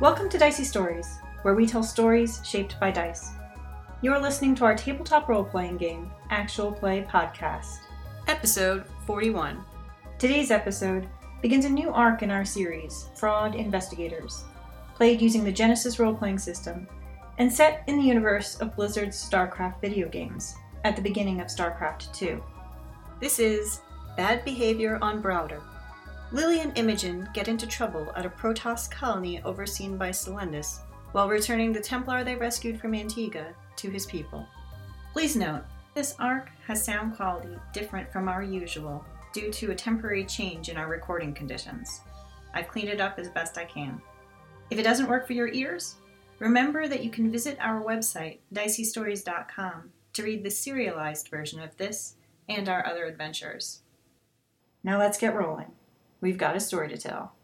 Welcome to Dicey Stories, where we tell stories shaped by dice. You're listening to our tabletop role playing game, Actual Play Podcast. Episode 41. Today's episode begins a new arc in our series, Fraud Investigators, played using the Genesis role playing system and set in the universe of Blizzard's StarCraft video games at the beginning of StarCraft 2. This is Bad Behavior on Browder. Lily and Imogen get into trouble at a Protoss colony overseen by Selendis while returning the Templar they rescued from Antigua to his people. Please note, this arc has sound quality different from our usual due to a temporary change in our recording conditions. I've cleaned it up as best I can. If it doesn't work for your ears, remember that you can visit our website, diceystories.com, to read the serialized version of this and our other adventures. Now let's get rolling. We've got a story to tell.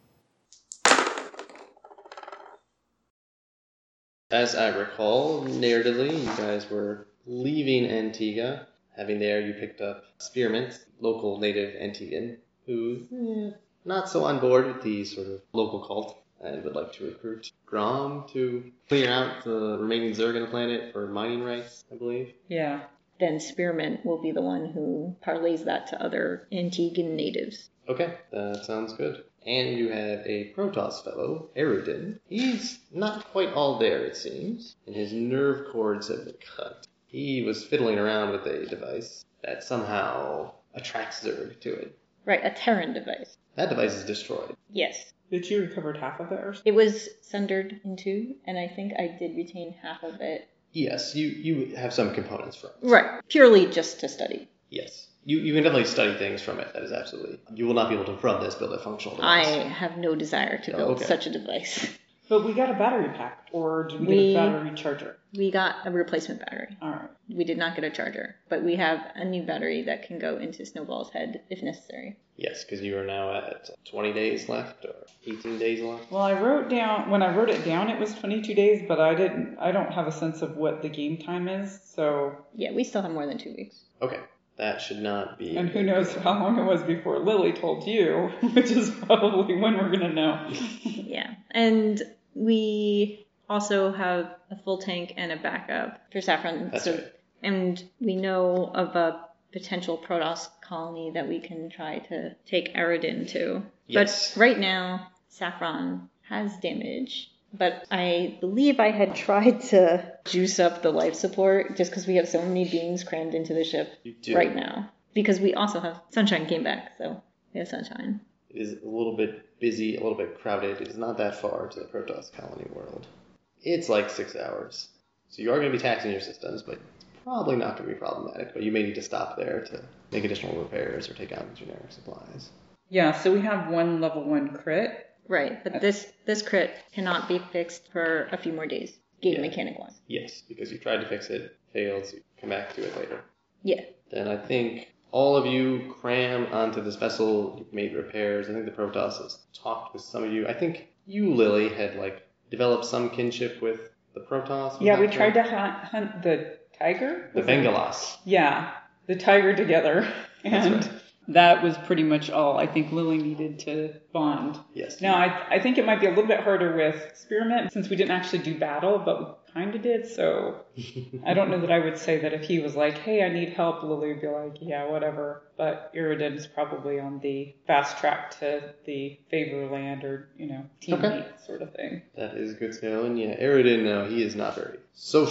As I recall, narratively, you guys were leaving Antigua. Having there, you picked up Spearmint, local native Antiguan, who's eh, not so on board with the sort of local cult and would like to recruit Grom to clear out the remaining Zergan planet for mining rights, I believe. Yeah. then Spearmint will be the one who parlays that to other Antiguan natives. Okay, that sounds good. And you have a Protoss fellow, Erudin. He's not quite all there, it seems, and his nerve cords have been cut. He was fiddling around with a device that somehow attracts Zerg to it. Right, a Terran device. That device is destroyed. Yes. Did you recovered half of it or something? It was sundered in two, and I think I did retain half of it. Yes, you, you have some components from it. Right, purely just to study. Yes. You, you can definitely study things from it. That is absolutely. You will not be able to, from this, build a functional I device. have no desire to Oh, build okay. such a device. But we got a battery pack, or did we, We- get a battery charger? We got a replacement battery. All right. We did not get a charger, but we have a new battery that can go into Snowball's head if necessary. Yes, because you are now at 20 days left or 18 days left. Well, I wrote down when I wrote it down, it was 22 days, but I didn't. I don't have a sense of what the game time is. So, Yeah, we still have more than two weeks. Okay, that should not be. and who knows how long it was before Lily told you, which is probably when we're gonna know. Yeah, and we also have a full tank and a backup for Saffron. That's so right. And we know of a potential Protoss colony that we can try to take Aridin to. Yes. But right now, Saffron has damage. But I believe I had tried to juice up the life support just because we have so many beings crammed into the ship You do. right now. Because we also have Sunshine came back, so we have Sunshine. It is a little bit busy, a little bit crowded. It's not that far to the Protoss colony world. It's like six hours. So you are going to be taxing your systems, but it's probably not going to be problematic. But you may need to stop there to make additional repairs or take out generic supplies. Yeah. So we have one level one crit. Right, but this this crit cannot be fixed for a few more days, game Yeah. mechanic wise. Yes, because you tried to fix it, failed, so you come back to it later. Yeah, Then I think all of you cram onto this vessel. You've made repairs. I think the Protoss has talked with some of you. I think you, Lily, had like developed some kinship with the Protoss. was Yeah, that we tried correct? to hunt, hunt the tiger. the Bengalos. Yeah, the tiger together, That's and right. that was pretty much all I think Lily needed to bond. Yes. Now, I, I think it might be a little bit harder with Spearmint since we didn't actually do battle, but we kind of did. So I don't know that I would say that if he was like, hey, I need help, Lily would be like, yeah, whatever. But Iridan is probably on the fast track to the favor land or, you know, teammate sort of thing. That is good to know. And yeah, Aridin, no, he is not very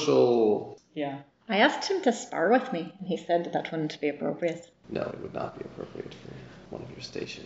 social. Yeah. I asked him to spar with me, and he said that wouldn't be appropriate. No, it would not be appropriate for one of your station.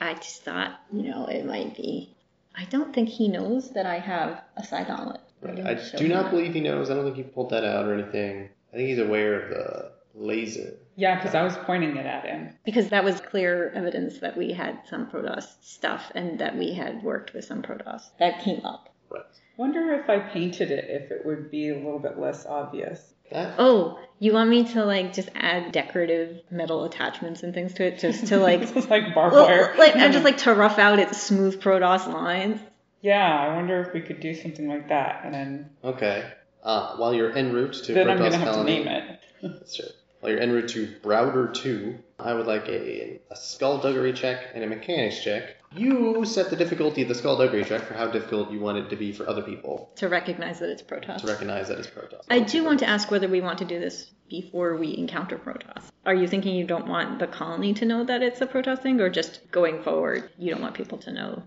I just thought, you know, it might be. I don't think he knows that I have a side gauntlet. didn't I show do him not that. believe he knows. I don't think he pulled that out or anything. I think he's aware of the laser. Yeah, because I was pointing it at him. because that was clear evidence that we had some Protoss stuff and that we had worked with some Protoss. That came up. Right. Wonder if I painted it if it would be a little bit less obvious. That Oh, you want me to like just add decorative metal attachments and things to it just to like This is like barbed Well, wire. like I'm just like to rough out its smooth Protoss lines. Yeah, I wonder if we could do something like that, and then okay. Uh, while you're en route to then I'm Protoss gonna have to colony, name it. That's true. While you're en route to Browder 2, I would like a, a skullduggery check and a mechanics check. You set the difficulty of the skullduggery check for how difficult you want it to be for other people to recognize that it's Protoss. to recognize that it's Protoss. I do want to ask whether we want to do this before we encounter Protoss. Are you thinking you don't want the colony to know that it's a Protoss thing, or just going forward, you don't want people to know?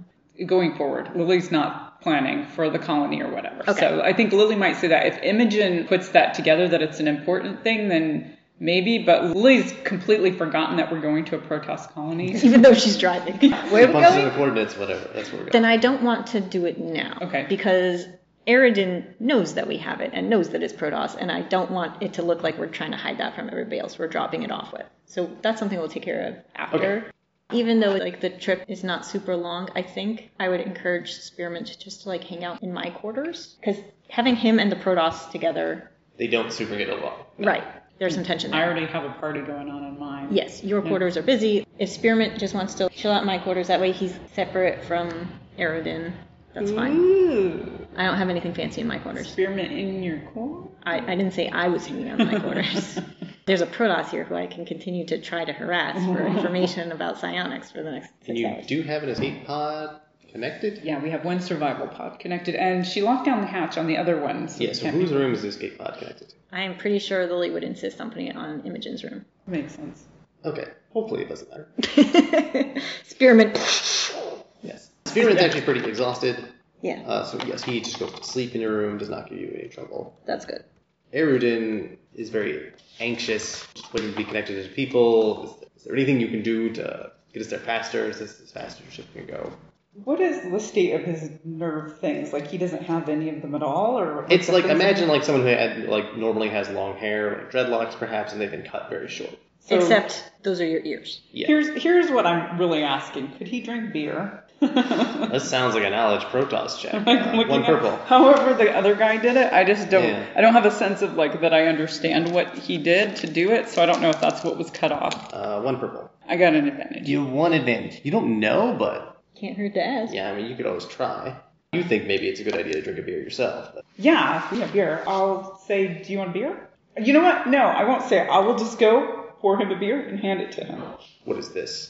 going forward. Lily's not planning for the colony or whatever. Okay. So I think Lily might say that. If Imogen puts that together that it's an important thing, then maybe, but Lily's completely forgotten that we're going to a Protoss colony. Even though she's driving. Where are we Punches in going? the coordinates, whatever. That's where we're going. Then I don't want to do it now. Okay. Because Aridin knows that we have it and knows that it's Protoss, and I don't want it to look like we're trying to hide that from everybody else we're dropping it off with. So that's something we'll take care of after. Even though like the trip is not super long, I think I would encourage Spearmint to just like hang out in my quarters because having him and the Protoss together, They don't super get along. right? There's some tension I there. already have a party going on in mine. Yes, your quarters are busy. If Spearmint just wants to chill out in my quarters, that way he's separate from Aridin. That's fine. Ooh, I don't have anything fancy in my quarters. spearmint in your core? I, I didn't say I was hanging out in my quarters. There's a Protoss here who I can continue to try to harass for information about psionics for the next And six you hours. do have an escape pod connected? Yeah, we have one survival pod connected, and she locked down the hatch on the other one. So Yeah, it so can't whose room is the escape pod connected to? I am pretty sure Lily would insist on putting it on Imogen's room. be- makes sense. Okay, hopefully it doesn't matter. Spearmint. Yes. Spearman's actually pretty exhausted, Yeah, uh, so yes, he just goes to sleep in your room, does not give you any trouble. that's good. Erudin is very anxious, just waiting to be connected to people. Is there, is there anything you can do to get us there faster? Is this as fast as your ship can go? What is the state of his nerve things? Like he doesn't have any of them at all, or It's the like things- imagine like someone who had, like normally has long hair, like dreadlocks perhaps, and they've been cut very short. So- Except those are your ears. Yeah. Here's here's what I'm really asking. Could he drink beer? That sounds like a knowledge Protoss check. Like, Uh, looking one at- purple. however, the other guy did it. I just don't. Yeah. I don't have a sense of like that. I understand what he did to do it, so I don't know if that's what was cut off. Uh, one purple. I got an advantage. You one advantage. You don't know, but Can't hurt to ask. yeah, I mean you could always try. You think maybe it's a good idea to drink a beer yourself. But Yeah, if we have beer, I'll say, "Do you want a beer?" You know what? No, I won't say. It. I will just go pour him a beer and hand it to him. what is this?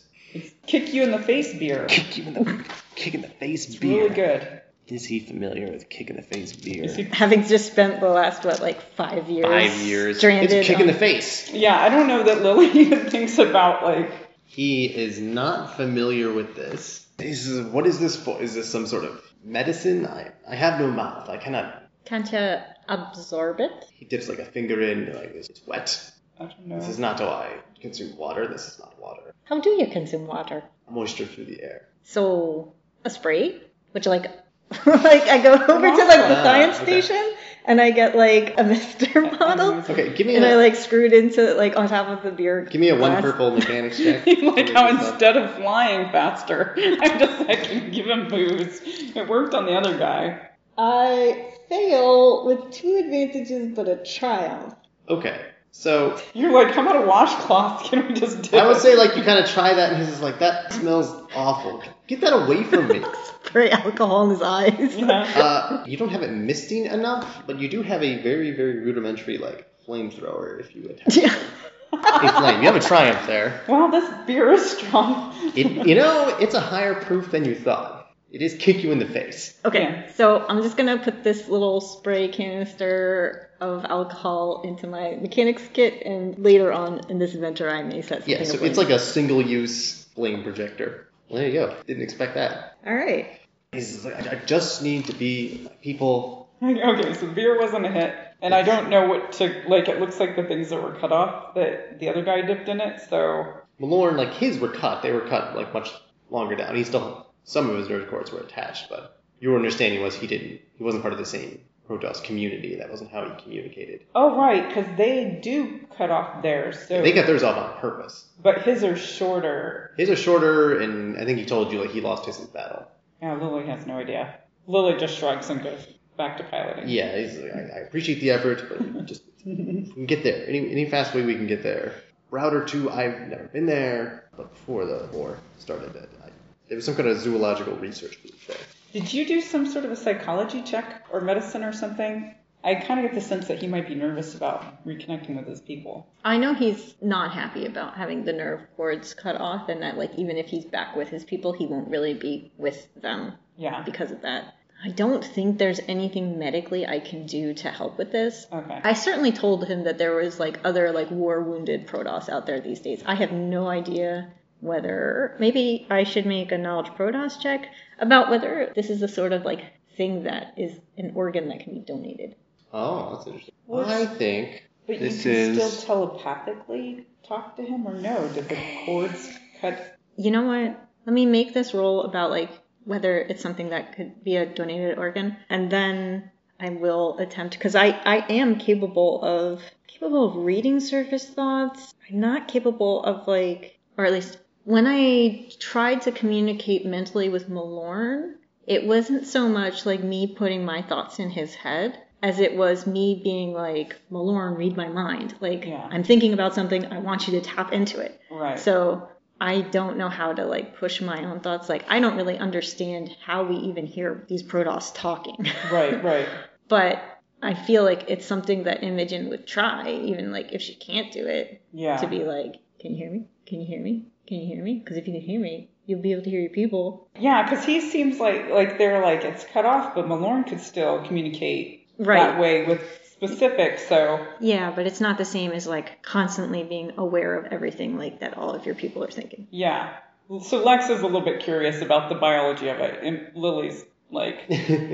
Kick you in the face beer. Kick you in the kick in the face beer. Really good. Is he familiar with kick in the face beer? Is he- Having just spent the last what, like five years? Five years. Stranded. it's a kick in on- the face. Yeah, I don't know that Lily even thinks about like. He is not familiar with this. He says, "What is this for? Is this some sort of medicine? I I have no mouth. I cannot." Can't you absorb it? He dips like a finger in. Like it's it's wet. I don't know. This is not how I consume water. This is not water. How do you consume water? Moisture through the air. So a spray, which like like I go over to like the Ah, science okay. station and I get like a mister bottle Okay, give me and I a like screwed into like on top of the beer. give me a one glass. purple mechanics check. like how instead of flying faster, I just I can give him moves. It worked on the other guy. I fail with two advantages but a triumph. Okay, so You're like, how about a washcloth? Can we just dip I would it? say like you kind of try that, and he's just like, "That smells awful. Get that away from me." Spray alcohol in his eyes. Yeah. Uh, you don't have it misting enough, but you do have a very, very rudimentary like flamethrower. If you would have Yeah. a flame, you have a triumph there. Wow, this beer is strong. It, you know, it's a higher proof than you thought. It is kick you in the face. Okay, Yeah. so I'm just gonna put this little spray canister of alcohol into my mechanics kit, and later on in this adventure, I may set something Yeah, so ablaze. it's like a single-use flame projector. Well, there you go. Didn't expect that. all right. He's just like, I I just need to be with my people. okay, so beer wasn't a hit, and I don't know what to like. It looks like the things that were cut off that the other guy dipped in it. So Malorn, like his were cut. They were cut like much longer down. He still some of his nerve cords were attached, but your understanding was he didn't. He wasn't part of the same Protoss community. That wasn't how he communicated. oh right, because they do cut off theirs. So They cut theirs off on purpose. but his are shorter. His are shorter, and I think he told you like he lost his in battle. Yeah, Lily has no idea. Lily just shrugs and goes back to piloting. Yeah, he's like, I, I appreciate the effort, but just we can get there any any fast way we can get there. Router two, I've never been there, but before the war started, I, there was some kind of zoological research group there. Did you do some sort of a psychology check or medicine or something? I kind of get the sense that he might be nervous about reconnecting with his people. I know he's not happy about having the nerve cords cut off, and that like even if he's back with his people, he won't really be with them Yeah. because of that. I don't think there's anything medically I can do to help with this. Okay. I certainly told him that there was like other like war wounded Protoss out there these days. I have no idea whether maybe I should make a knowledge Protoss check about whether this is the sort of like thing that is an organ that can be donated. Oh, that's interesting. Well, I think But you This can is- still telepathically talk to him, or no? Did the cords cut? You know what? Let me make this roll about like whether it's something that could be a donated organ, and then I will attempt because I I am capable of capable of reading surface thoughts. I'm not capable of like, or at least when I tried to communicate mentally with Malorn, it wasn't so much like me putting my thoughts in his head as it was me being like, Malorn, read my mind. Like Yeah. I'm thinking about something. I want you to tap into it. Right. So I don't know how to like push my own thoughts. Like I don't really understand how we even hear these Protoss talking. right. Right. but I feel like it's something that Imogen would try, even like if she can't do it, Yeah. to be like, can you hear me? Can you hear me? Can you hear me? Because if you can hear me, you'll be able to hear your people. Yeah, because he seems like like they're like it's cut off, but Malorn could still communicate that Right. way with specifics. So Yeah, but it's not the same as like constantly being aware of everything like that all of your people are thinking. yeah. So Lex is a little bit curious about the biology of it, and Lily's like,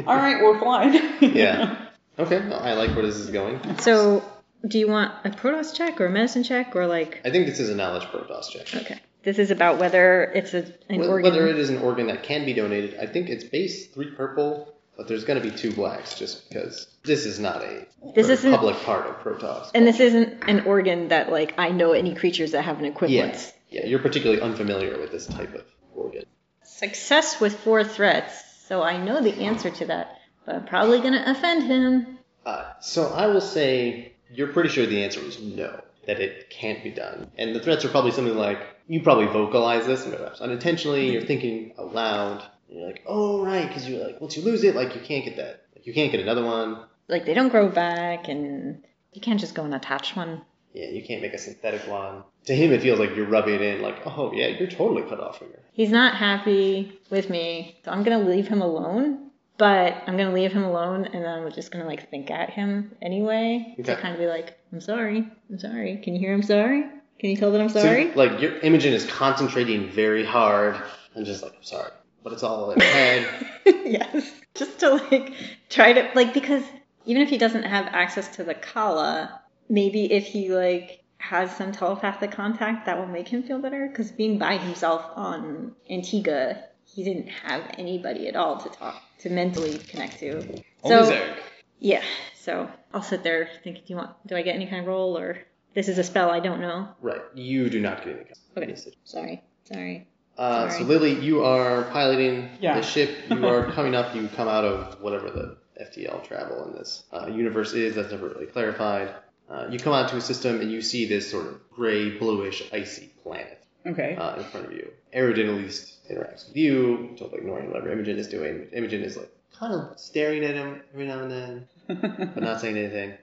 "All right, we're flying." Yeah. okay. Well, I like where this is going. So do you want a Protoss check or a medicine check or like I think this is a knowledge Protoss check. Okay. This is about whether it's a, an Whether organ. whether it is an organ that can be donated, I think it's base three purple, but there's going to be two blacks just because this is not a This very isn't- public part of Protoss. and this isn't an organ that like I know any creatures that have an equivalent. Yes. Yeah, you're particularly unfamiliar with this type of organ. Success with four threats. So I know the answer to that, but I'm probably gonna offend him. Uh, so I will say you're pretty sure the answer is no, that it can't be done. And the threats are probably something like you probably vocalize this, perhaps unintentionally. You're thinking aloud. And you're like, oh right, because you're like, once you lose it, like you can't get that, like you can't get another one. Like they don't grow back, and you can't just go and attach one. Yeah, you can't make a synthetic one. To him, it feels like you're rubbing it in, like, oh yeah, you're totally cut off from your. He's not happy with me, so I'm gonna leave him alone. But I'm gonna leave him alone, and then I'm just gonna like think at him anyway to Okay. kind of be like, "I'm sorry, I'm sorry. Can you hear I'm sorry? Can you tell that I'm sorry?" So, like your Imogen is concentrating very hard and just like, I'm sorry, but it's all in her head. yes. Just to like try to like because even if he doesn't have access to the Kala, maybe if he like has some telepathic contact that will make him feel better because being by himself on Antigua, he didn't have anybody at all to talk to mentally connect to. Only So- Zarek. Yeah. So I'll sit there thinking, do you want do I get any kind of roll or this is a spell I don't know. Right, you do not get any. Okay. Sorry. Sorry. Uh, so Sorry. Lily, you are piloting Yeah. the ship. You are coming up. You come out of whatever the FTL travel in this uh, universe is. That's never really clarified. Uh, you come out to a system and you see this sort of gray, bluish, icy planet okay. uh, in front of you. Aerodin at least interacts with you, totally ignoring whatever Imogen is doing. Imogen is like kind of staring at him every now and then, but not saying anything.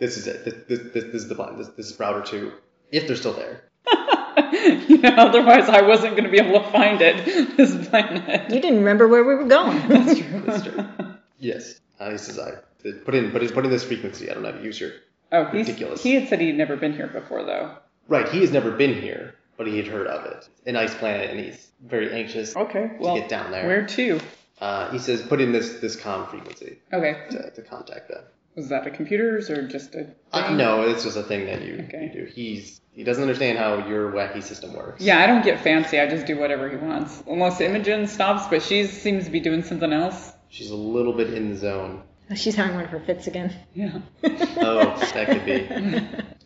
This is it. This, this, this, this is the button. This, this is router two, if they're still there. you know, otherwise I wasn't going to be able to find it. This planet. You didn't remember where we were going. That's true. That's true. yes, uh, he says I put in, but he's put in this frequency. I don't know. if you Use your Oh, he's, Ridiculous. he had said he'd never been here before, though. right. He has never been here, but he had heard of it. An ice planet, and he's very anxious Okay. to Well, get down there. where to? Uh, he says put in this this com frequency Okay. to, to contact them. Was that a computer's or just a? Uh, no, it's just a thing that you, Um, Okay. you do. He's he doesn't understand how your wacky system works. Yeah, I don't get fancy. I just do whatever he wants. Unless Imogen stops, but she seems to be doing something else. She's a little bit in the zone. She's having one of her fits again. Yeah. Oh, that could be.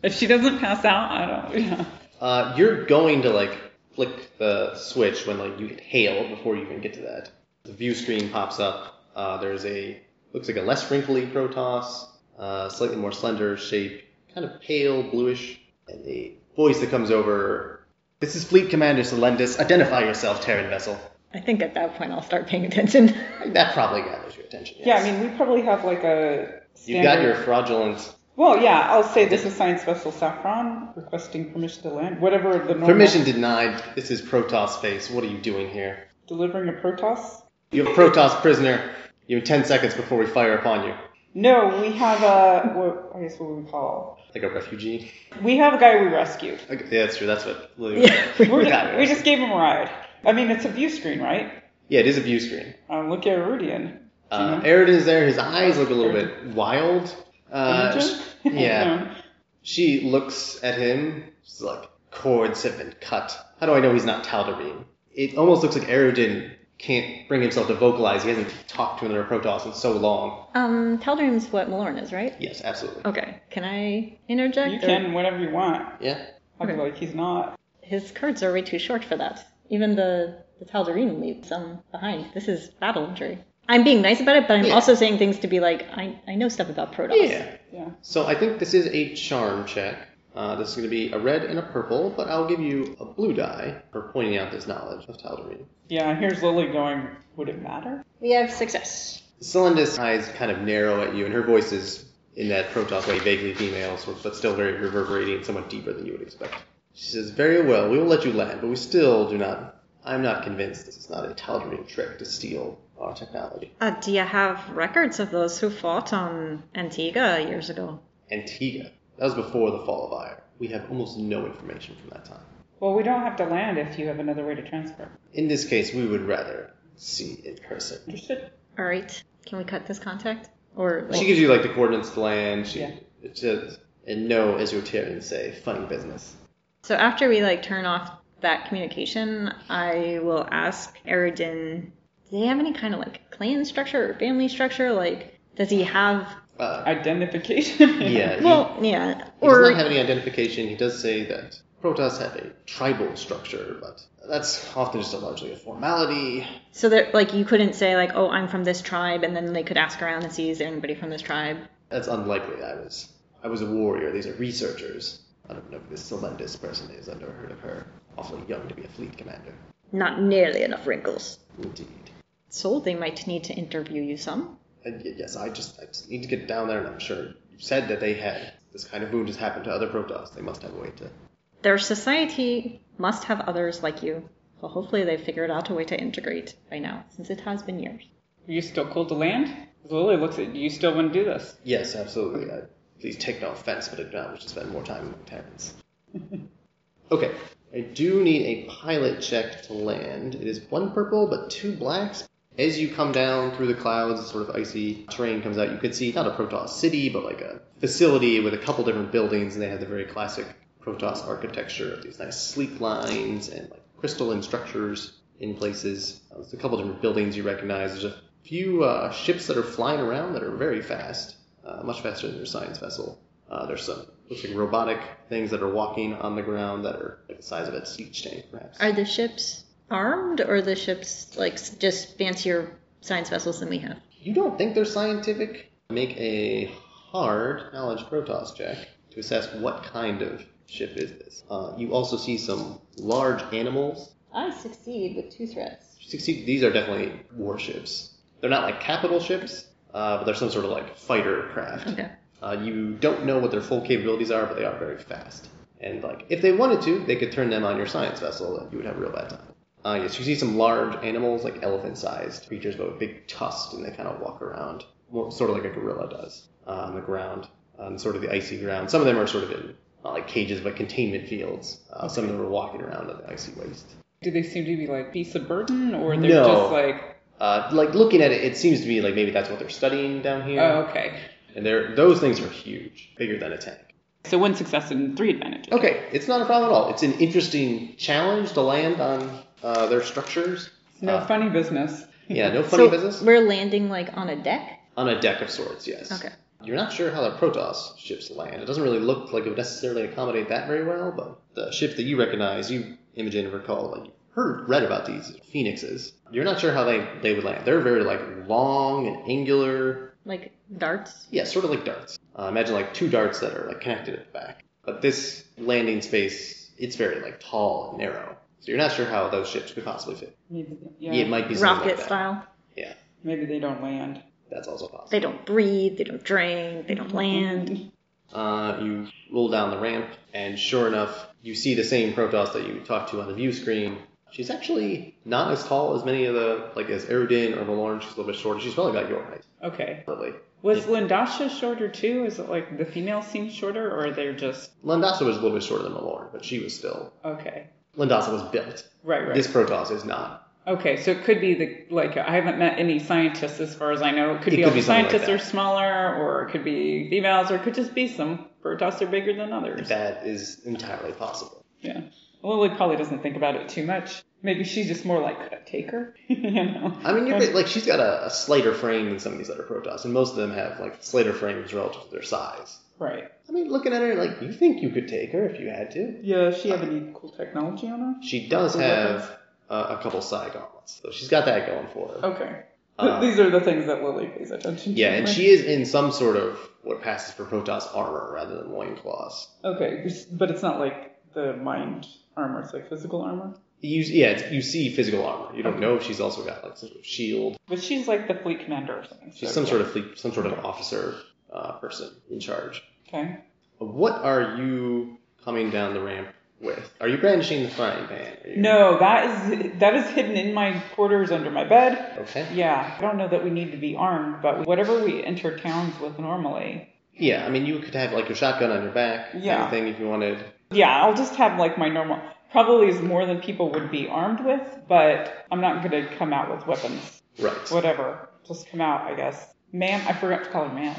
If she doesn't pass out, I don't. Yeah. Uh, you're going to like flick the switch when like you hit hail before you even get to that. The view screen pops up. Uh, there's a looks like a less wrinkly Protoss, uh, slightly more slender shape, kind of pale bluish, and a voice that comes over. This is Fleet Commander Solendus. Identify yourself, Terran vessel. I think at that point I'll start paying attention. That probably gathers your attention. Yeah, Yes. I mean, we probably have like a You've got your fraudulent Well, yeah, I'll say this is Science Vessel Saffron requesting permission to land. Whatever the normal. permission denied. This is Protoss space. What are you doing here? Delivering a Protoss? You have Protoss prisoner. You have 10 seconds before we fire upon you. No, we have a. What, I guess what we call. Like a refugee. We have a guy we rescued. Okay, yeah, that's true. That's what Lily Yeah. We're Yeah. just, we just gave him a ride. I mean, it's a view screen, right? Yeah, it is a view screen. Uh, look at Rudian. Uh, Mhm. Eridan's there. His eyes look a little bit wild. Uh, Imogen? sh- yeah. She looks at him. She's like, cords have been cut. How do I know he's not Tal'Darine? It almost looks like Eridan can't bring himself to vocalize. He hasn't talked to another Protoss in so long. Um, Tal'Darim's what Malorn is, right? Yes, absolutely. Okay. Can I interject? you or- can whatever you want. Yeah. I was like, he's not. His cards are way too short for that. Even the, the Tal'Darim leaves some behind. This is battle injury. I'm being nice about it, but I'm Yeah. also saying things to be like, I, I know stuff about Protoss. Yeah. Yeah. So I think this is a charm check. Uh, this is going to be a red and a purple, but I'll give you a blue die for pointing out this knowledge of Tal'Darine. Yeah, here's Lily going, would it matter? We have success. Celinda's eyes kind of narrow at you, and her voice is in that Protoss way, vaguely female, so, but still very reverberating and somewhat deeper than you would expect. She says, Very well, we will let you land, but we still do not. I'm not convinced this is not a Tal'Darine trick to steal our technology. Uh, do you have records of those who fought on Antigua years ago? Antigua. That was before the fall of Ire. We have almost no information from that time. Well, we don't have to land if you have another way to transfer. In this case, we would rather see in person. Understood? All right. Can we cut this contact? Or like, She gives you like the coordinates to land. She Yeah. it says, and no, as Rotarians say, funny business. so after we like turn off that communication, I will ask Eridan. Do they have any kind of like clan structure or family structure? Like, does he have? Uh, Identification. yeah, he, Well, yeah. he Or does not have any identification. He does say that Protoss have a tribal structure, but that's often just a largely a formality. so that like you couldn't say like, oh, I'm from this tribe, and then they could ask around and see is there anybody from this tribe. That's unlikely. I was I was a warrior. These are researchers. I don't know if this Celendis person is. I've never heard of her. Awfully young to be a fleet commander. Not nearly enough wrinkles. Indeed. So they might need to interview you some. And y- yes, I just, I just need to get down there, and I'm sure you said that they had this kind of wound has happened to other Protoss. They must have a way to Their society must have others like you. So hopefully they've figured out a way to integrate by now, since it has been years. Are you still cool to land? Lily looks at you, you still want to do this? Yes, absolutely. I, please take no offense, but I do not wish to spend more time with Terrence. okay, I do need a pilot check to land. It is one purple, but two blacks. As you come down through the clouds, sort of icy terrain comes out. You could see not a Protoss city, but like a facility with a couple different buildings, and they have the very classic Protoss architecture of these nice sleek lines and like crystalline structures in places. Uh, There's a couple different buildings you recognize. There's a few uh, ships that are flying around that are very fast, uh, much faster than your science vessel. Uh, there's some looks like robotic things that are walking on the ground that are like the size of a siege tank, perhaps. Are the ships armed, or are the ships like s- just fancier science vessels than we have? You don't think they're scientific? Make a hard knowledge Protoss check to assess what kind of ship is this. Uh, you also see some large animals. I succeed with two threats. You see, These are definitely warships. They're not like capital ships, uh, but they're some sort of like fighter craft. Okay. Uh, you don't know what their full capabilities are, but they are very fast. And like, if they wanted to, they could turn them on your science vessel, and you would have a real bad time. Uh, yes, you see some large animals, like elephant-sized creatures, but with big tusks, and they kind of walk around, well, sort of like a gorilla does, uh, on the ground, on sort of the icy ground. Some of them are sort of in not like cages, but containment fields. Uh, Some of them are walking around on the icy waste. Do they seem to be like beasts of burden, or they're No. just like, Uh, like looking at it, it seems to me like maybe that's what they're studying down here. oh, okay. And they're, those things are huge, bigger than a tank. So one success and three advantages. Okay, it's not a problem at all. It's an interesting challenge to land on uh, their structures. No Uh, funny business. yeah, no funny so business. we're landing like on a deck. On a deck of sorts, yes. Okay. You're not sure how the Protoss ships land. It doesn't really look like it would necessarily accommodate that very well, but the ship that you recognize, you, Imogen, recall, like, you heard, read about these phoenixes. You're not sure how they, they would land. They're very, like, long and angular. Like darts. Yeah, sort of like darts. Uh, imagine, like, two darts that are, like, connected at the back. But this landing space, it's very, like, tall and narrow. So you're not sure how those ships could possibly fit. Maybe, yeah, Yeah, it might be something Rocket like that. style. maybe they don't land. That's also possible. They don't breathe, they don't drain, they don't land. Uh, you roll down the ramp, and sure enough, you see the same Protoss that you talked to on the view screen. She's actually not as tall as many of the, like, as Erudin or Malorn. She's a little bit shorter. She's probably about your height, Okay. probably. Was Lindasha shorter too? Is it like the female seems shorter or they're just Landasa was a little bit shorter than Malorn, but she was still. okay. Landasa was built. Right, right. This Protoss is not. okay, so it could be the like I haven't met any scientists as far as I know. It could It be could all be the something like scientists that. are smaller or it could be females or it could just be some Protoss are bigger than others. That is entirely possible. Yeah. Lily probably doesn't think about it too much. Maybe she's just more like a taker, you know. I mean, you're, right, like, she's got a, a slighter frame than some of these other Protoss, and most of them have, like, slighter frames relative to their size. Right. I mean, looking at her, like, you think you could take her if you had to. Yeah, does she have any cool technology on her? She does Cool have uh, a couple side gauntlets, so she's got that going for her. Okay. Uh, These are the things that Lily pays attention to. Yeah, and she is in some sort of what passes for Protoss armor rather than loincloths. Okay, but it's not like the mind armor, it's like physical armor. You, yeah, it's, you see physical armor. You don't know if she's also got like some sort of shield. But she's like the fleet commander or something. She's some sort of fleet, some sort of officer uh, person in charge. Okay. What are you coming down the ramp with? Are you brandishing the frying pan? Are you- No, that is that is hidden in my quarters under my bed. Okay. Yeah, I don't know that we need to be armed, but whatever we enter towns with normally, Yeah, I mean you could have like your shotgun on your back. Yeah. Anything if you wanted. Yeah, I'll just have like my normal. Probably is more than people would be armed with, but I'm not gonna come out with weapons. Right. Whatever, just come out, I guess. Ma'am, I forgot to call her ma'am.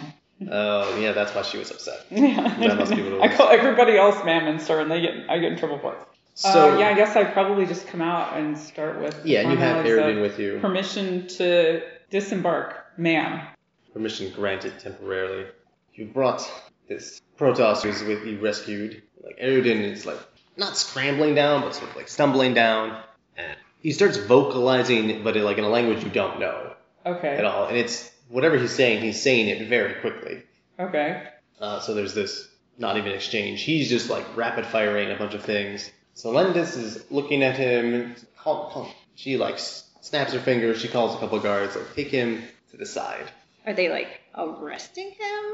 Oh yeah, that's why she was upset. Yeah, That must be what it I was. call everybody else ma'am and sir, and they get I get in trouble for it. So uh, yeah, I guess I probably just come out and start with. Yeah, and you have formalities of Aridin with you. Permission to disembark, ma'am. Permission granted temporarily. You brought this Protoss who's with you rescued. Like Erudin is like not scrambling down, but sort of like stumbling down. And he starts vocalizing, but in, like in a language you don't know at Okay. all. And it's whatever he's saying, he's saying it very quickly. Okay. Uh, so there's this not even exchange. He's just like rapid firing a bunch of things. Solendis is looking at him. Call, call. She like s- snaps her fingers. She calls a couple guards. Like take him to the side. Are they like arresting him?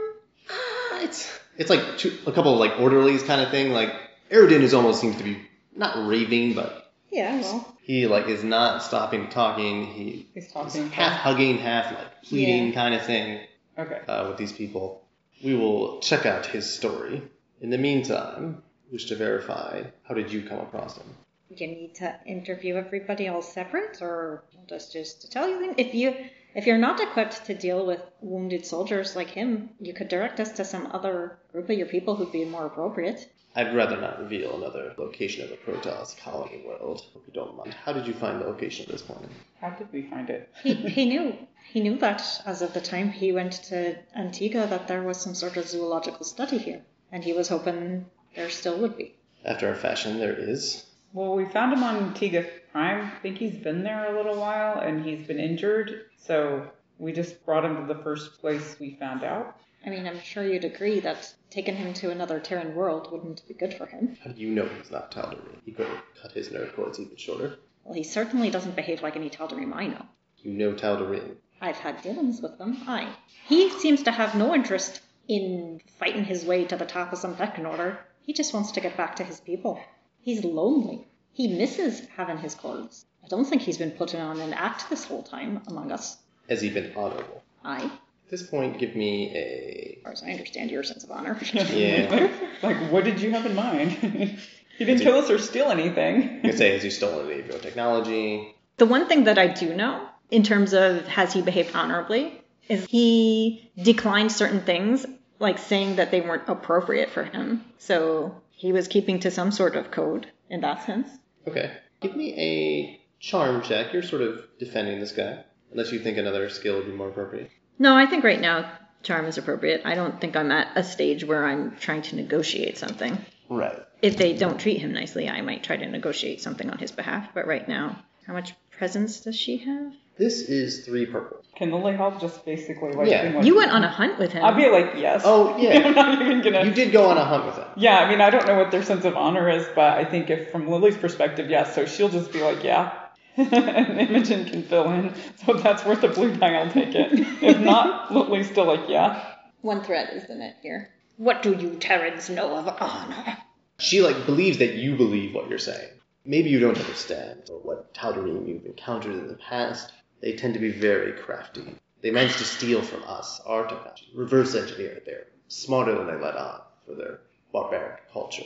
Ah, it's it's like two, a couple of like orderlies kind of thing. Like Aerodin is almost seems to be not raving, but Yeah, well. he like is not stopping talking. He He's is talking. half hugging, half like pleading kind of thing Okay. uh, with these people. We will check out his story. In the meantime, wish to verify how did you come across him? You need to interview everybody all separate or just just to tell you things. If you if you're not equipped to deal with wounded soldiers like him, you could direct us to some other group of your people who'd be more appropriate. I'd rather not reveal another location of the Protoss colony world. Hope you don't mind. How did you find the location of this planet? How did we find it? He, he knew he knew that as of the time he went to Antigua that there was some sort of zoological study here, and he was hoping there still would be. After a fashion, there is. Well, we found him on Tiga Prime. I think he's been there a little while and he's been injured. So we just brought him to the first place we found out. I mean, I'm sure you'd agree that taking him to another Terran world wouldn't be good for him. How do you know he's not Tal'Darin? He could have cut his nerve cords even shorter. Well, he certainly doesn't behave like any Tal'Darim I know. You know Tal'Darin. I've had dealings with them. Aye. He seems to have no interest in fighting his way to the top of some pecking order. He just wants to get back to his people. He's lonely. He misses having his clothes. I don't think he's been putting on an act this whole time among us. Has he been honorable? Aye, as At this point, give me a. far as I understand your sense of honor. Yeah. like, what did you have in mind? he didn't kill us or steal anything. You can say, has he stolen any of your technology? The one thing that I do know, in terms of has he behaved honorably, is he declined certain things, like saying that they weren't appropriate for him. So he was keeping to some sort of code in that sense. Okay. Give me a charm check. You're sort of defending this guy. Unless you think another skill would be more appropriate. No, I think right now charm is appropriate. I don't think I'm at a stage where I'm trying to negotiate something. Right. If they don't treat him nicely, I might try to negotiate something on his behalf. But right now, how much presence does she have? This is three purple. Can Lily help just basically like Yeah. being like, You went on a hunt with him. I'll be like, yes. Oh, yeah. I'm not even gonna. You did go on a hunt with him. Yeah, I mean, I don't know what their sense of honor is, but I think if from Lily's perspective, yes. So she'll just be like, yeah. and Imogen can fill in. So if that's worth a blue die, I'll take it. If not, Lily's still like, yeah. One threat is the net here. What do you Terrans know of honor? She like believes that you believe what you're saying. Maybe you don't understand or what Tal'Darim you've encountered in the past. They tend to be very crafty. They manage to steal from us artifacts, reverse engineer it. They're smarter than they let on for their barbaric culture.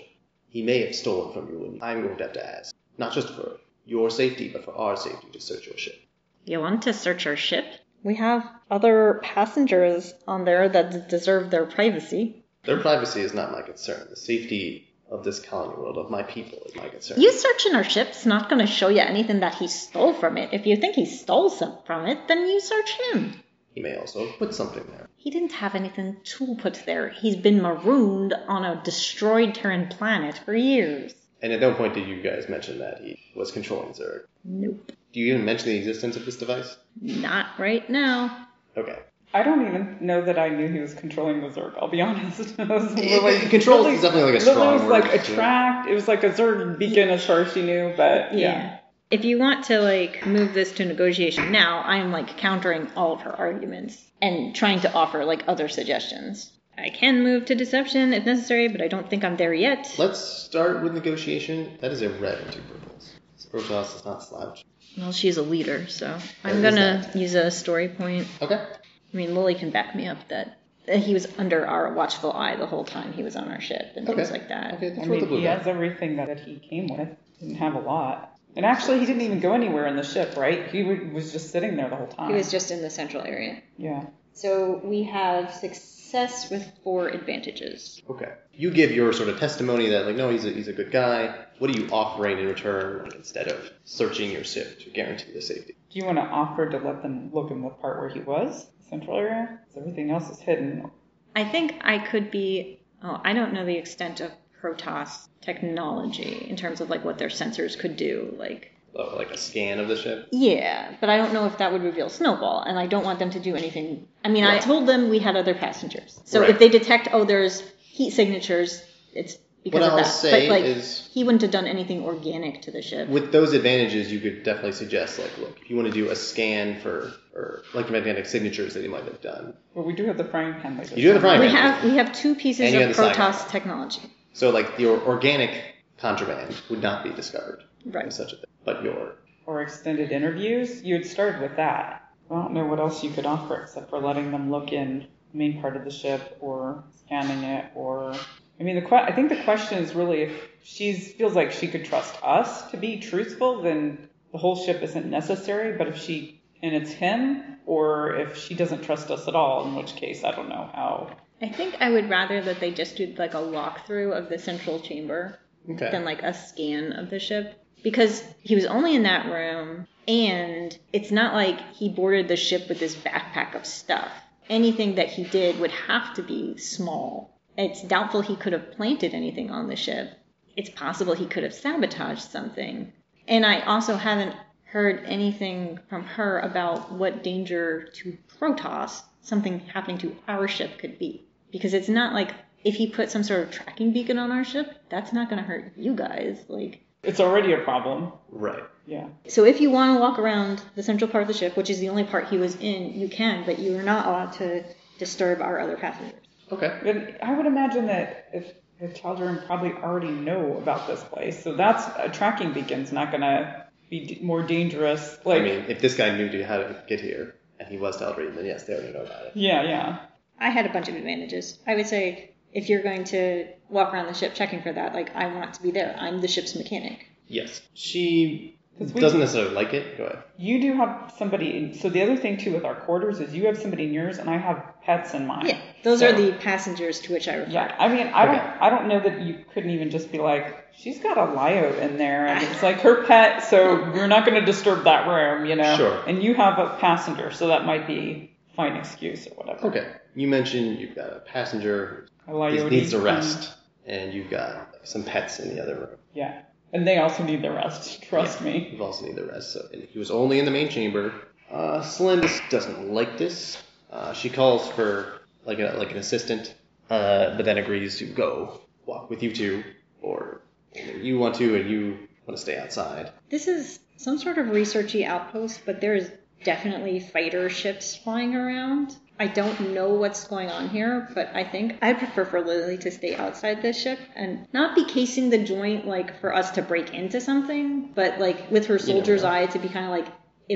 He may have stolen from you, and I'm going to have to ask, not just for your safety, but for our safety to search your ship. You want to search our ship? We have other passengers on there that deserve their privacy. Their privacy is not my concern. The safety of this colony world, of my people, is my concern. You searching our ship's not going to show you anything that he stole from it. If you think he stole some from it, then you search him. He may also have put something there. He didn't have anything to put there. He's been marooned on a destroyed Terran planet for years. And at no point did you guys mention that he was controlling Zerg. Nope. Do you even mention the existence of this device? Not right now. Okay. I don't even know that I knew he was controlling the Zerg. I'll be honest. It was It- it- controls is definitely, like, a Lily strong was like word, yeah. attract. It was like a Zerg beacon as far as she knew, but yeah. If you want to like move this to negotiation now, I'm like countering all of her arguments and trying to offer like other suggestions. I can move to deception if necessary, but I don't think I'm there yet. Let's start with negotiation. That is a red and two purples. Protoss is not slouch. Well, she's a leader, so What is I'm gonna use a story point. Okay. I mean, Lily can back me up that that he was under our watchful eye the whole time he was on our ship and Okay. things like that. Okay, I that's worth the mean, blue he die. has everything that, that he came with. Didn't have a lot. And actually, he didn't even go anywhere in the ship, right? He w- was just sitting there the whole time. He was just in the central area. yeah. So we have success with four advantages. Okay. You give your sort of testimony that, like, no, he's a, he's a good guy. What are you offering in return instead of searching your ship to guarantee their safety? Do you want to offer to let them look in the part where he was, central area? 'Cause everything else is hidden. I think I could be. Oh, I don't know the extent of Protoss technology in terms of like what their sensors could do. Like, Oh, like a scan of the ship? yeah, but I don't know if that would reveal Snowball, and I don't want them to do anything. I mean, I Right. told them we had other passengers, so Right. if they detect oh there's heat signatures, it's because What of I'll that. say but like, is- he wouldn't have done anything organic to the ship. With those advantages, you could definitely suggest, like, look, if you want to do a scan for or electromagnetic signatures that he might have done. Well, we do have the frying pan. Like You do have the frying we pan. have we have two And pieces you have of the sidearm. Protoss technology. So, like, your organic contraband would not be discovered from Right. such a thing. But your or extended interviews, you had started with that. I don't know what else you could offer except for letting them look in the main part of the ship or scanning it or I mean the que- I think the question is really if she feels like she could trust us to be truthful, then the whole ship isn't necessary. But if she and it's him, or if she doesn't trust us at all, in which case I don't know how. I think I would rather that they just do like a walkthrough of the central chamber okay. than like a scan of the ship because he was only in that room and it's not like he boarded the ship with this backpack of stuff. Anything that he did would have to be small. It's doubtful he could have planted anything on the ship. It's possible he could have sabotaged something. And I also haven't heard anything from her about what danger to Protoss something happening to our ship could be. Because it's not like if he put some sort of tracking beacon on our ship, that's not going to hurt you guys. Like, It's already a problem. right. Yeah. so if you want to walk around the central part of the ship, which is the only part he was in, you can, but you are not allowed to disturb our other passengers. Okay. But I would imagine that if the Tal'Darim probably already know about this place, so that's a tracking beacon's not gonna be d- more dangerous. Like, I mean, if this guy knew how to get here and he was Tal'Darim, then yes, they already know about it. yeah, yeah. I had a bunch of advantages. I would say if you're going to walk around the ship checking for that, like I want to be there. I'm the ship's mechanic. Yes. She 'Cause we- doesn't necessarily like it. Go ahead. You do have somebody. In, so the other thing too with our quarters is you have somebody in yours, and I have pets in mine. Yeah, those So- are the passengers to which I refer. Yeah, I mean, I don't, Okay. I don't know that you couldn't even just be like, she's got a lyo in there, and it's like her pet, so we're not going to disturb that room, you know. Sure. And you have a passenger, so that might be a fine excuse or whatever. Okay. You mentioned you've got a passenger A who lyo needs a Mm-hmm. would be- rest, and you've got some pets in the other room. Yeah. And they also need the rest, trust me. You've also need the rest. So and he was only in the main chamber. Uh, Celendis doesn't like this. Uh, she calls for like a, like an assistant, uh, but then agrees to go walk with you two, or you want to, and you want to stay outside. This is some sort of researchy outpost, but there is definitely fighter ships flying around. I don't know what's going on here, but I think I'd prefer for Lily to stay outside this ship and not be casing the joint like for us to break into something, but like with her don't soldier's know. eye to be kind of like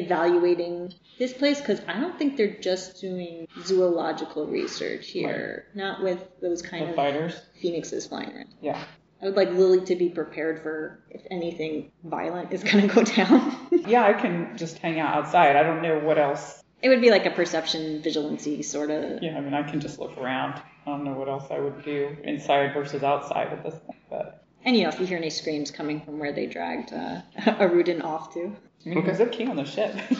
evaluating this place because I don't think they're just doing zoological research here, not with those kind The of fighters. phoenixes flying around. Yeah. I would like Lily to be prepared for if anything violent is going to go down. Yeah, I can just hang out outside. I don't know what else. it would be like a perception vigilancy sort of. Yeah, I mean, I can just look around. I don't know what else I would do inside versus outside at this point. But And you know, if you hear any screams coming from where they dragged uh, Arudin off to, I mean, there's a key on the ship.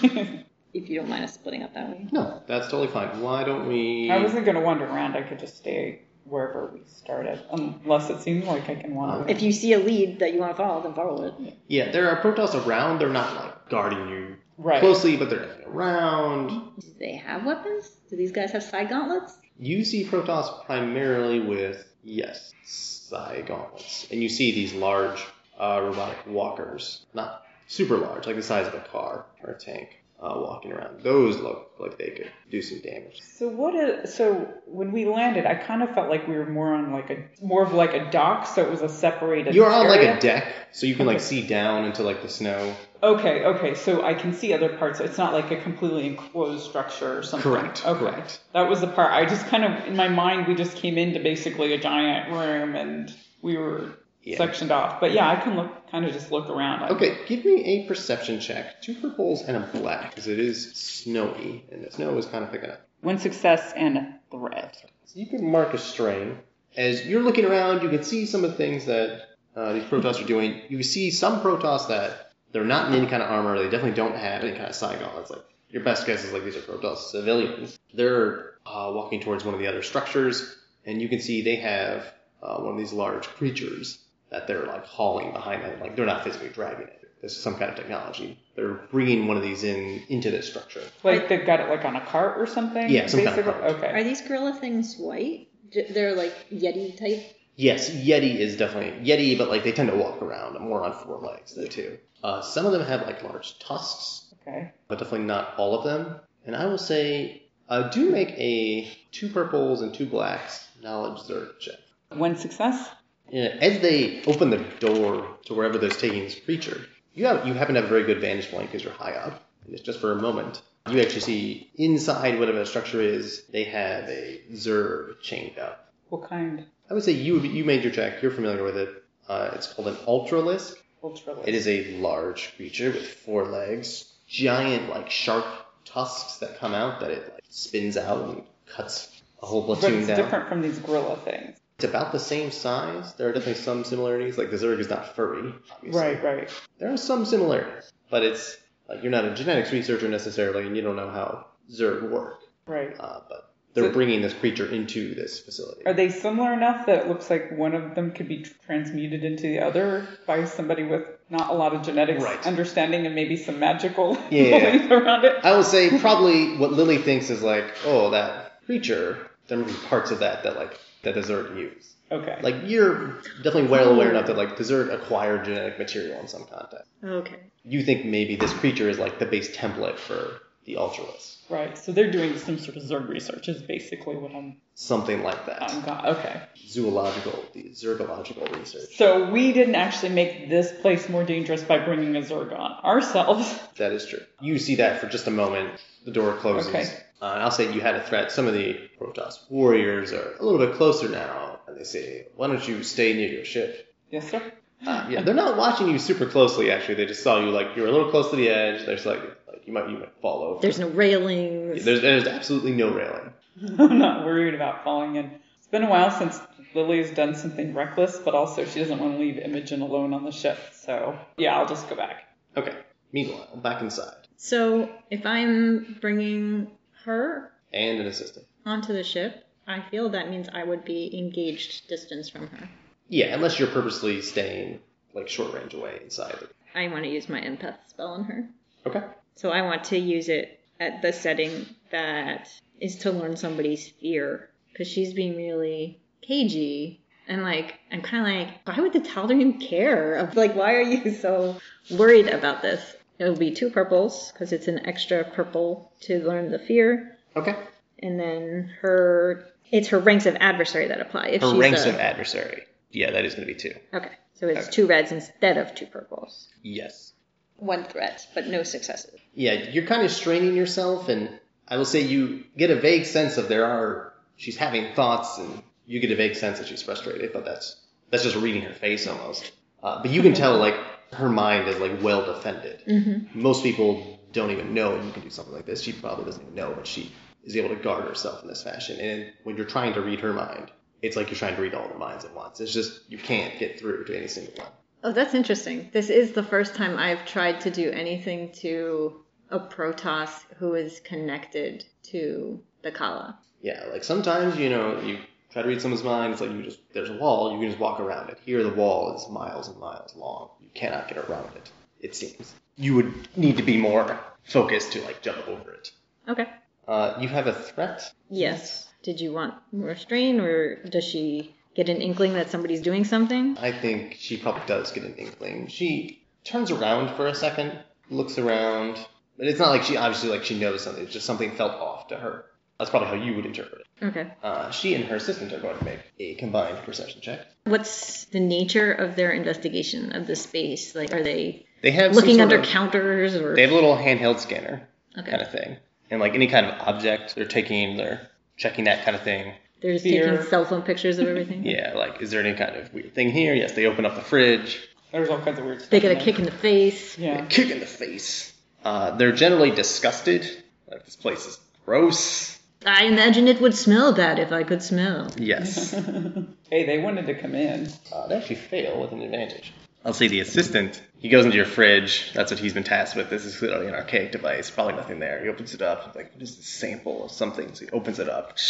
if you don't mind us splitting up that way. No, that's totally fine. Why don't we? I wasn't going to wander around. I could just stay wherever we started, unless it seems like I can wander. If you see a lead that you want to follow, then follow it. Yeah, there are Protoss around. They're not like guarding you right. closely, but they're definitely around. Do they have weapons? Do these guys have side gauntlets? You see Protoss primarily with yes, psi gauntlets, and you see these large uh, robotic walkers, not super large, like the size of a car or a tank, uh, walking around. Those look like they could do some damage. So what is so when we landed, I kind of felt like we were more on like a more of like a dock, so it was a separated. You're on like area. a deck, so you can like Okay. see down into like the snow. Okay, okay. So I can see other parts. It's not like a completely enclosed structure or something. Correct. Okay. Correct. That was the part I just kind of in my mind we just came into basically a giant room and we were Yeah. sectioned off. But yeah, I can look kind of just look around. I- Okay, give me a perception check. Two purples and a black, because it is snowy, and the snow is kind of picking up. One success and a threat. So you can mark a strain. As you're looking around, you can see some of the things that uh, these Protoss are doing. You see some Protoss that they're not in any kind of armor. They definitely don't have any kind of Saigon. It's like your best guess is like these are Protoss civilians. They're uh, walking towards one of the other structures, and you can see they have uh, one of these large creatures that they're like hauling behind them. Like they're not physically dragging it. This is some kind of technology. They're bringing one of these in into this structure. Like they've got it like on a cart or something. Yeah, some kind of basically? cart. Okay. Are these gorilla things white? J- They're like Yeti type. Yes, Yeti is definitely Yeti, but like they tend to walk around more on four legs though too. Uh, some of them have like large tusks, Okay. but definitely not all of them. And I will say, uh, do make a two purples and two blacks knowledge zerg check. One success. Yeah, as they open the door to wherever they're taking this creature, you have you happen to have a very good vantage point because you're high up, and it's just for a moment. You actually see inside whatever the structure is, they have a zerg chained up. What kind? I would say you you made your check. You're familiar with it. Uh, it's called an ultralisk. Ultra. It is a large creature with four legs, giant like sharp tusks that come out that it like, spins out and cuts a whole But platoon it's down. different from these gorilla things. It's about the same size. There are definitely some similarities. Like the zerg is not furry, obviously. Right, right. There are some similarities, but it's like you're not a genetics researcher necessarily, and you don't know how zerg work. Right. Uh, but they're So- bringing this creature into this facility. Are they similar enough that it looks like one of them could be tr- transmuted into the other by somebody with not a lot of genetics Right. understanding and maybe some magical Yeah. Uh, things around it? I will say probably what Lily thinks is like, oh, that creature. There might be parts of that that like that the Zerg use. Okay. Like you're definitely well aware enough that like the Zerg acquired genetic material in some context. Okay. You think maybe this creature is like the base template for the Ultralisk, right. So they're doing some sort of Zerg research is basically what I'm, something like that. I'm got. Okay. Zoological, the Zergological research. So we didn't actually make this place more dangerous by bringing a Zerg on ourselves. That is true. You see that for just a moment. The door closes. Okay. Uh, and I'll say you had a threat. Some of the Protoss warriors are a little bit closer now, and they say, "Why don't you stay near your ship?" Yes, sir. Uh, yeah, they're not watching you super closely. Actually, they just saw you like you were a little close to the edge. They're just like, like you might you might fall over. There's no railings. there's, there's absolutely no railing. I'm not worried about falling in. It's been a while since Lily has done something reckless, but also she doesn't want to leave Imogen alone on the ship. So yeah, I'll just go back. Okay. Meanwhile, back inside so if I'm bringing her and an assistant. onto the ship, I feel that means I would be engaged distance from her. Yeah, unless you're purposely staying like short range away inside. I want to use my empath spell on her. Okay. So I want to use it at the setting that is to learn somebody's fear because she's being really cagey And like, I'm kind of like, why would the Tal'Darian care? Of like, why are you so worried about this? It'll be two purples because it's an extra purple to learn the fear, Okay. and then her it's her ranks of adversary that apply. If Her she's ranks a- of adversary. Yeah, that is going to be two. okay, so it's two reds instead of two purples. Yes. One threat, but no successes. Yeah, you're kind of straining yourself, and I will say you get a vague sense of there are she's having thoughts, and you get a vague sense that she's frustrated, but that's that's just reading her face almost. Uh, but you can tell like her mind is like well defended. Most people don't even know you can do something like this. She probably doesn't even know, but she is able to guard herself in this fashion. And when you're trying to read her mind, it's like you're trying to read all the minds at once. It's just you can't get through to any single one. Oh, that's interesting. This is the first time I've tried to do anything to a Protoss who is connected to the Kala. Yeah, like sometimes, you know, you try to read someone's mind, it's like you just, there's a wall, you can just walk around it. Here, the wall is miles and miles long. You cannot get around it, it seems. You would need to be more focused to, like, jump over it. Okay. Uh, you have a threat? Yes. Did you want restrain, or does she get an inkling that somebody's doing something? I think she probably does get an inkling. She turns around for a second, looks around, but it's not like she obviously, like, she knows something. It's just something felt off to her. That's probably how you would interpret it. Okay. Uh, she and her assistant are going to make a combined perception check. What's the nature of their investigation of the space? Like, are they They have some looking sort under of- counters or? They have a little handheld scanner kind okay. of thing, and like any kind of object they're taking, they're checking that kind of thing. They're just Fear. taking cell phone pictures of everything. Yeah, like is there any kind of weird thing here? Yes, they open up the fridge. There's all kinds of weird stuff. They get in a there. kick in the face. Yeah. Kick in the face. Uh, they're generally disgusted. Like this place is gross. I imagine it would smell bad if I could smell. Yes, hey, they wanted to come in. uh, they actually fail with an advantage. I'll see the assistant. He goes into your fridge. That's what he's been tasked with. This is clearly an archaic device. Probably nothing there. He opens it up. Like, what is this sample of something? So he opens it up.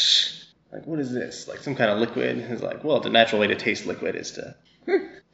Like, what is this? Like some kind of liquid. He's like, well, the natural way to taste liquid is to.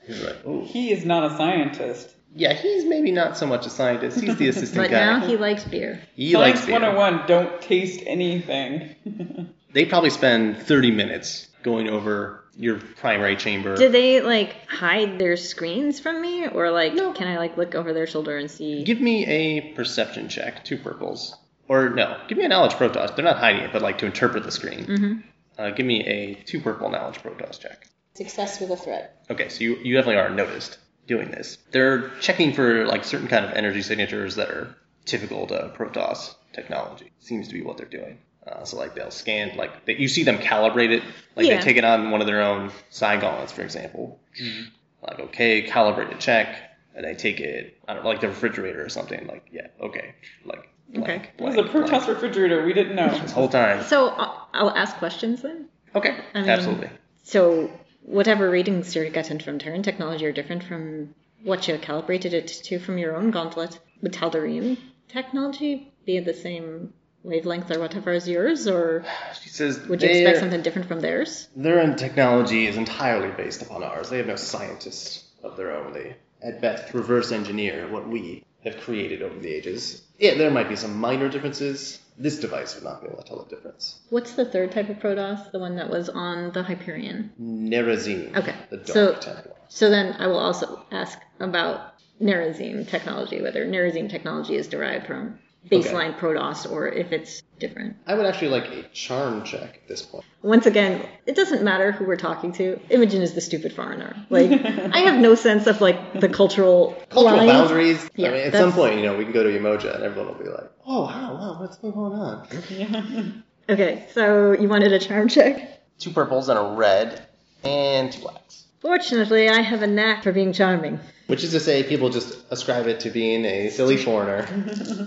He's like, ooh. He is not a scientist. Yeah, he's maybe not so much a scientist. He's the assistant But guy. now he likes beer. he Science likes beer. 101, don't taste anything. They probably spend 30 minutes going over your primary chamber. Do they like hide their screens from me, or like can I like look over their shoulder and see? Give me a perception check, two purples. Or no, give me a knowledge protoss. They're not hiding it, but like to interpret the screen. Uh, give me a two purple knowledge protoss check. Success with a threat. Okay, so you, you definitely are noticed doing this. They're checking for like certain kind of energy signatures that are typical to Protoss technology. Seems to be what they're doing. Uh, so like they'll scan like they, you see them calibrate it. Like Yeah. they take it on one of their own Cygons, for example. Mm-hmm. Like okay, calibrate a check, and they take it. I don't know, like the refrigerator or something. Like yeah, okay, like blank, It It was blank, a Protoss blank. refrigerator. We didn't know. this whole time. So I'll, I'll ask questions then. Okay, mean- absolutely. So whatever readings you're getting from Terran technology are different from what you calibrated it to from your own gauntlet. Would Tal'Darim technology be the same wavelength or whatever as yours, or She says would you expect they're- something different from theirs? Their own technology is entirely based upon ours. They have no scientists of their own. They, at best, reverse engineer what we have created over the ages. Yeah, there might be some minor differences. This device would not be able to tell the difference. What's the third type of Protoss? The one that was on the Hyperion. Nerazine. Okay, The dark so- Templar. So then I will also ask about Nerazine technology, whether Nerazine technology is derived from baseline Protoss or if it's different. I would actually like a charm check at this point. Once again, it doesn't matter who we're talking to. Imogen is the stupid foreigner. Like I have no sense of like the cultural Cultural lines. boundaries. Yeah, I mean, at that's- some point, you know, we can go to Emoja and everyone will be like, "Oh wow, wow, what's going on?" Okay, so you wanted a charm check? Two purples and a red, and two blacks. Fortunately, I have a knack for being charming. Which is to say, people just ascribe it to being a silly foreigner.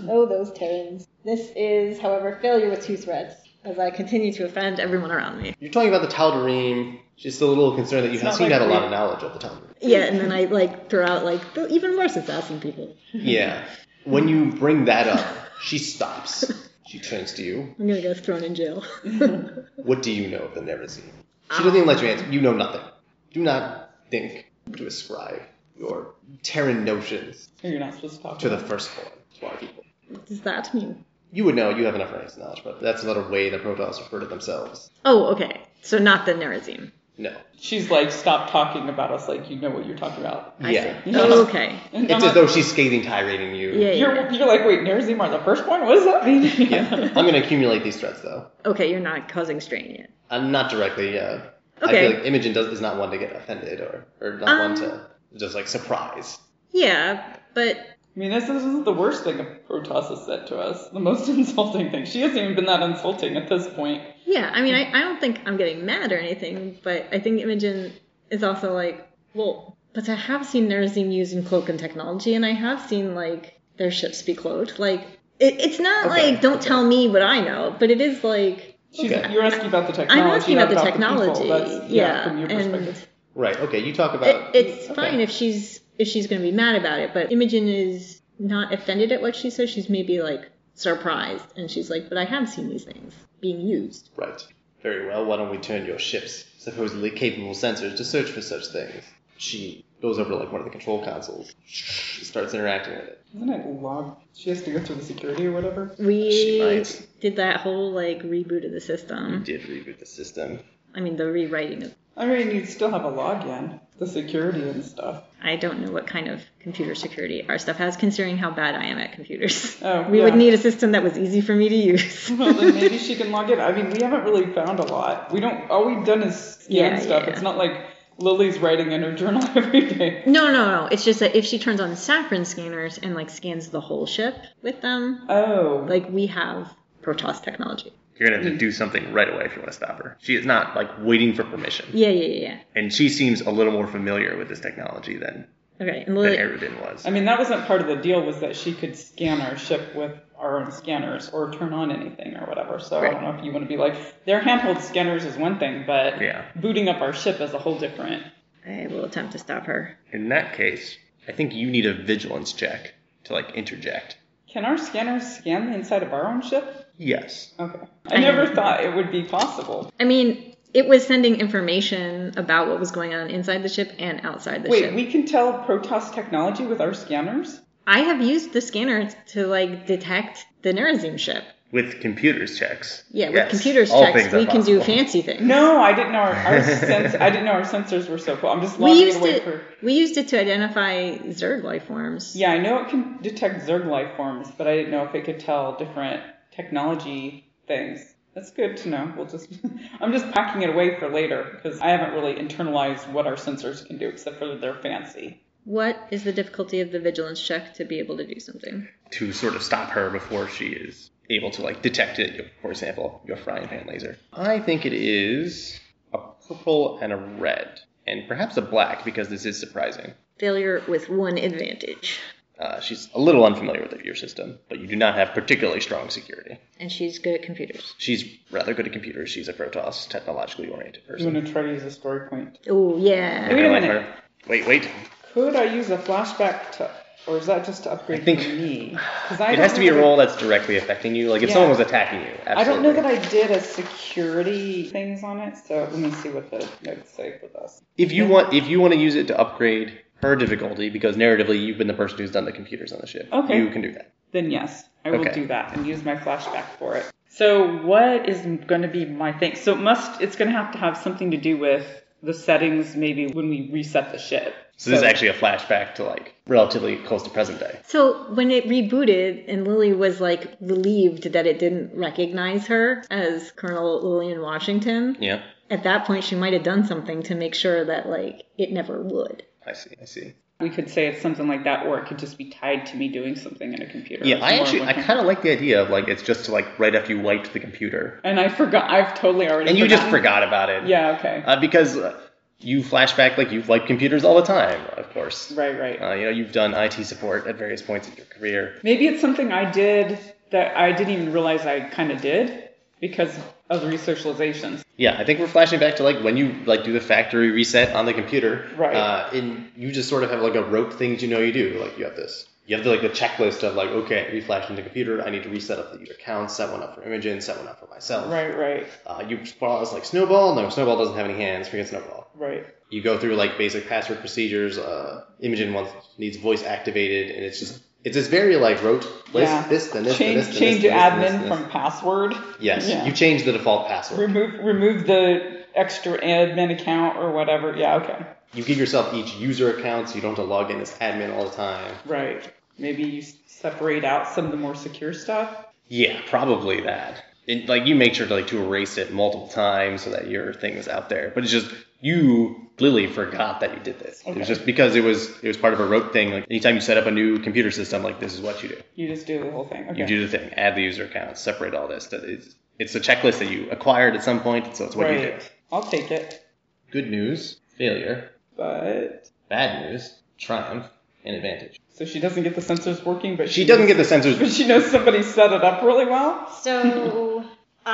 Oh, those Terrans. This is, however, failure with two threats, as I continue to offend everyone around me. You're talking about the Tal'Darim. Just a little concerned that you have not seem to like have a lot we- of knowledge of the Tal'Darim. Yeah, and then I like throw out like the even more assassin people. Yeah. When you bring that up, she stops. She turns to you. I'm gonna get thrown in jail. Mm-hmm. What do you know of the Nerazine? She doesn't even let you answer. You know nothing. Do not think to ascribe your Terran notions You're not supposed to talk to the firstborn to our people. what does that mean? You would know. You have enough ranks knowledge, but that's another way the Protoss refer to themselves. Oh, okay. So not the Nerazine. No. She's like, stop talking about us like you know what you're talking about. I yeah. see. Oh, Okay. And I'm It's as like, though she's scathing tirading you. Yeah, yeah. you're, you're like, wait, Nair Zimar, the first one? What does that mean? Yeah. I'm going to accumulate these threats, though. Okay, you're not causing strain yet. Uh, not directly, yeah. I Okay. Um, feel like Imogen does, is not one to get offended or, or not one to just like surprise. Yeah, but I mean, this isn't the worst thing Protoss has said to us. The most insulting thing. She hasn't even been that insulting at this point. yeah, I mean, I, I don't think I'm getting mad or anything, but I think Imogen is also like, well, but I have seen Nerzim using cloak and technology, and I have seen, like, their ships be cloaked. Like, it, it's not Okay, like, don't okay. tell me what I know, but it is like, She's, Okay. You're asking about the technology. I'm asking not about the people. technology. That's, yeah, from your perspective. and Right. Okay. You talk it, about. it's okay. fine if she's if she's going to be mad about it. But Imogen is not offended at what she says. She's maybe like surprised, and she's like, "But I have seen these things being used." Right. Very well. Why don't we turn your ship's supposedly capable sensors to search for such things? She goes over to like one of the control consoles. She starts interacting with it. Isn't it logged? She has to go through the security or whatever. She We might. did that whole like reboot of the system. Did reboot the system. I mean, the rewriting of. I mean, you'd still have a login, the security and stuff. I don't know what kind of computer security our stuff has, considering how bad I am at computers. Oh, we would yeah. need a system that was easy for me to use. Well, then maybe she can log in. I mean, we haven't really found a lot. We don't. All we've done is scan Yeah, stuff. yeah. It's not like Lily's writing in her journal every day. No, no, no. It's just that if she turns on saffron scanners and like scans the whole ship with them, Oh, like we have Protoss technology. You're gonna have to do something right away if you want to stop her. She is not like waiting for permission, Yeah, yeah, yeah. and she seems a little more familiar with this technology than yeah. Okay, and Lily, Eridan was. I mean, that wasn't part of the deal. Was that she could scan our ship with our own scanners or turn on anything or whatever. So I don't know if you want to be like their handheld scanners is one thing, but Yeah. booting up our ship is a whole different. I will attempt to stop her. In that case, I think you need a vigilance check to like interject. Can our scanners scan the inside of our own ship? Yes. Okay. I never thought it would be possible. I mean, it was sending information about what was going on inside the ship and outside the Wait, ship. we can tell Protoss technology with our scanners? I have used the scanner to like detect the Nerazim ship. With computers checks. Yeah, with Yes. computers All checks, things are we can do possible. fancy things. No, I didn't know our, our sens- I didn't know our sensors were so cool. I'm just we logging used away it. for. We used it to identify Zerg life forms. Yeah, I know it can detect Zerg life forms, but I didn't know if it could tell different technology things. That's good to know. We'll just I'm just packing it away for later because I haven't really internalized what our sensors can do except for their fancy. What is the difficulty of the vigilance check to be able to do something? to sort of stop her before she is able to like detect it. For example, your frying pan laser. I think it is a purple and a red, and perhaps a black because this is surprising. Failure with one advantage. Uh, she's a little unfamiliar with your system, but you do not have particularly strong security. And she's good at computers. She's rather good at computers. She's a Protoss, technologically oriented I'm person. gonna try to use a story point. Oh, yeah. Wait a I like minute. her. Wait, wait. Could I use a flashback to, or is that just to upgrade I think- me? Because It has to be a role that's directly affecting you. Like if Yeah. someone was attacking you, absolutely. I don't know that I did a security things on it, so let me see what the notes say for this. If you want, if you want to use it to upgrade her difficulty, because narratively you've been the person who's done the computers on the ship, Okay. you can do that. Then yes, I will Okay. do that and use my flashback for it. So what is going to be my thing? So it must it's going to have to have something to do with the settings maybe when we reset the ship. So this is actually a flashback to like relatively close to present day. So when it rebooted and Lily was like relieved that it didn't recognize her as Colonel Lillian Washington, Yeah, at that point she might have done something to make sure that like it never would. I see. I see. we could say it's something like that or it could just be tied to me doing something in a computer. Yeah, It's I more actually of I like- kind of like the idea of like it's just like right after you wiped the computer And I forgot I've totally already and you just forgotten. forgot about it. Yeah, okay. uh, because uh, you flashback like you've wiped computers all the time, of course. right, right. Uh, you know you've done IT support at various points in your career. Maybe it's something I did that I didn't even realize I kind of did because of the resocializations. Yeah, I think we're flashing back to like when you like do the factory reset on the computer, Right. Uh, and you just sort of have like a rote things you know you do. Like you have this, you have the, like the checklist of like, okay, we flashed in the computer. I need to reset up the user accounts, set one up for Imogen, set one up for myself. Right, right, Uh, you pause like Snowball. No, Snowball doesn't have any hands. Forget Snowball. right. You go through like basic password procedures. Uh, Imogen wants needs voice activated, and it's just it's this very like rote list. Yeah. This then this then change this, then change this, then this, then this, admin then from this. password. Yes, Yeah. you change the default password. remove remove the extra admin account or whatever. Yeah, okay. You give yourself each user account so you don't have to log in as admin all the time. Right. Maybe you s- separate out some of the more secure stuff. Yeah, probably that. It, like you make sure to like to erase it multiple times so that your thing is out there. But it's just you Lily forgot that you did this. It Okay. was just because it was it was part of a rote thing. Like anytime you set up a new computer system, like this is what you do. You just do the whole thing. Okay. You do the thing, add the user accounts, separate all this. That is it's a checklist that you acquired at some point, so it's what you do. right. I'll take it. Good news, failure. But Bad news, triumph, and advantage. so she doesn't get the sensors working, but She doesn't get the sensors But she knows somebody set it up really well. So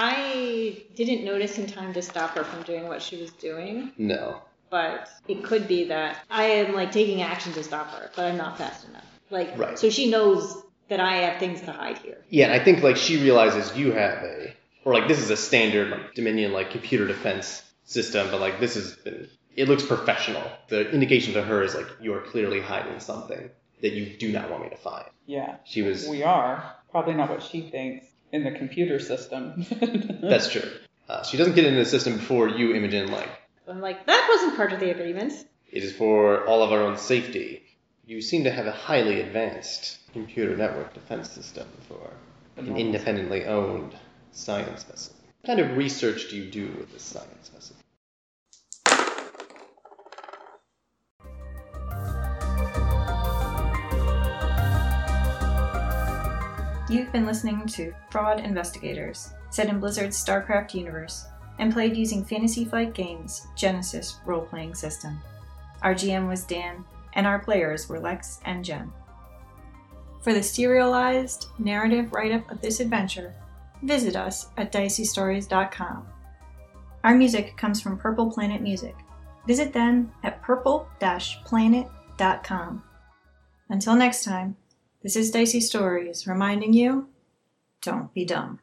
I didn't notice in time to stop her from doing what she was doing, No. but it could be that I am like taking action to stop her, but I'm not fast enough. Like Right. so she knows that I have things to hide here. Yeah, and I think like she realizes you have a or like this is a standard like Dominion like computer defense system, but like this has been it looks professional. The indication to her is like you are clearly hiding something that you do not want me to find. Yeah, She was we are. Probably not what she thinks in the computer system. that's true. Uh, she doesn't get into the system before you, Imogen. Like I'm like, that wasn't part of the agreements. it is for all of our own safety. You seem to have a highly advanced computer network defense system for an independently owned science vessel. What kind of research do you do with this science vessel? You've been listening to Fraud Investigators, set in Blizzard's StarCraft universe, and played using Fantasy Flight Games' Genesis role playing system. Our GM was Dan, and our players were Lex and Jen. For the serialized narrative write up of this adventure, visit us at diceystories.com. Our music comes from Purple Planet Music. Visit them at purple planet.com. Until next time, this is Dicey Stories reminding you don't be dumb.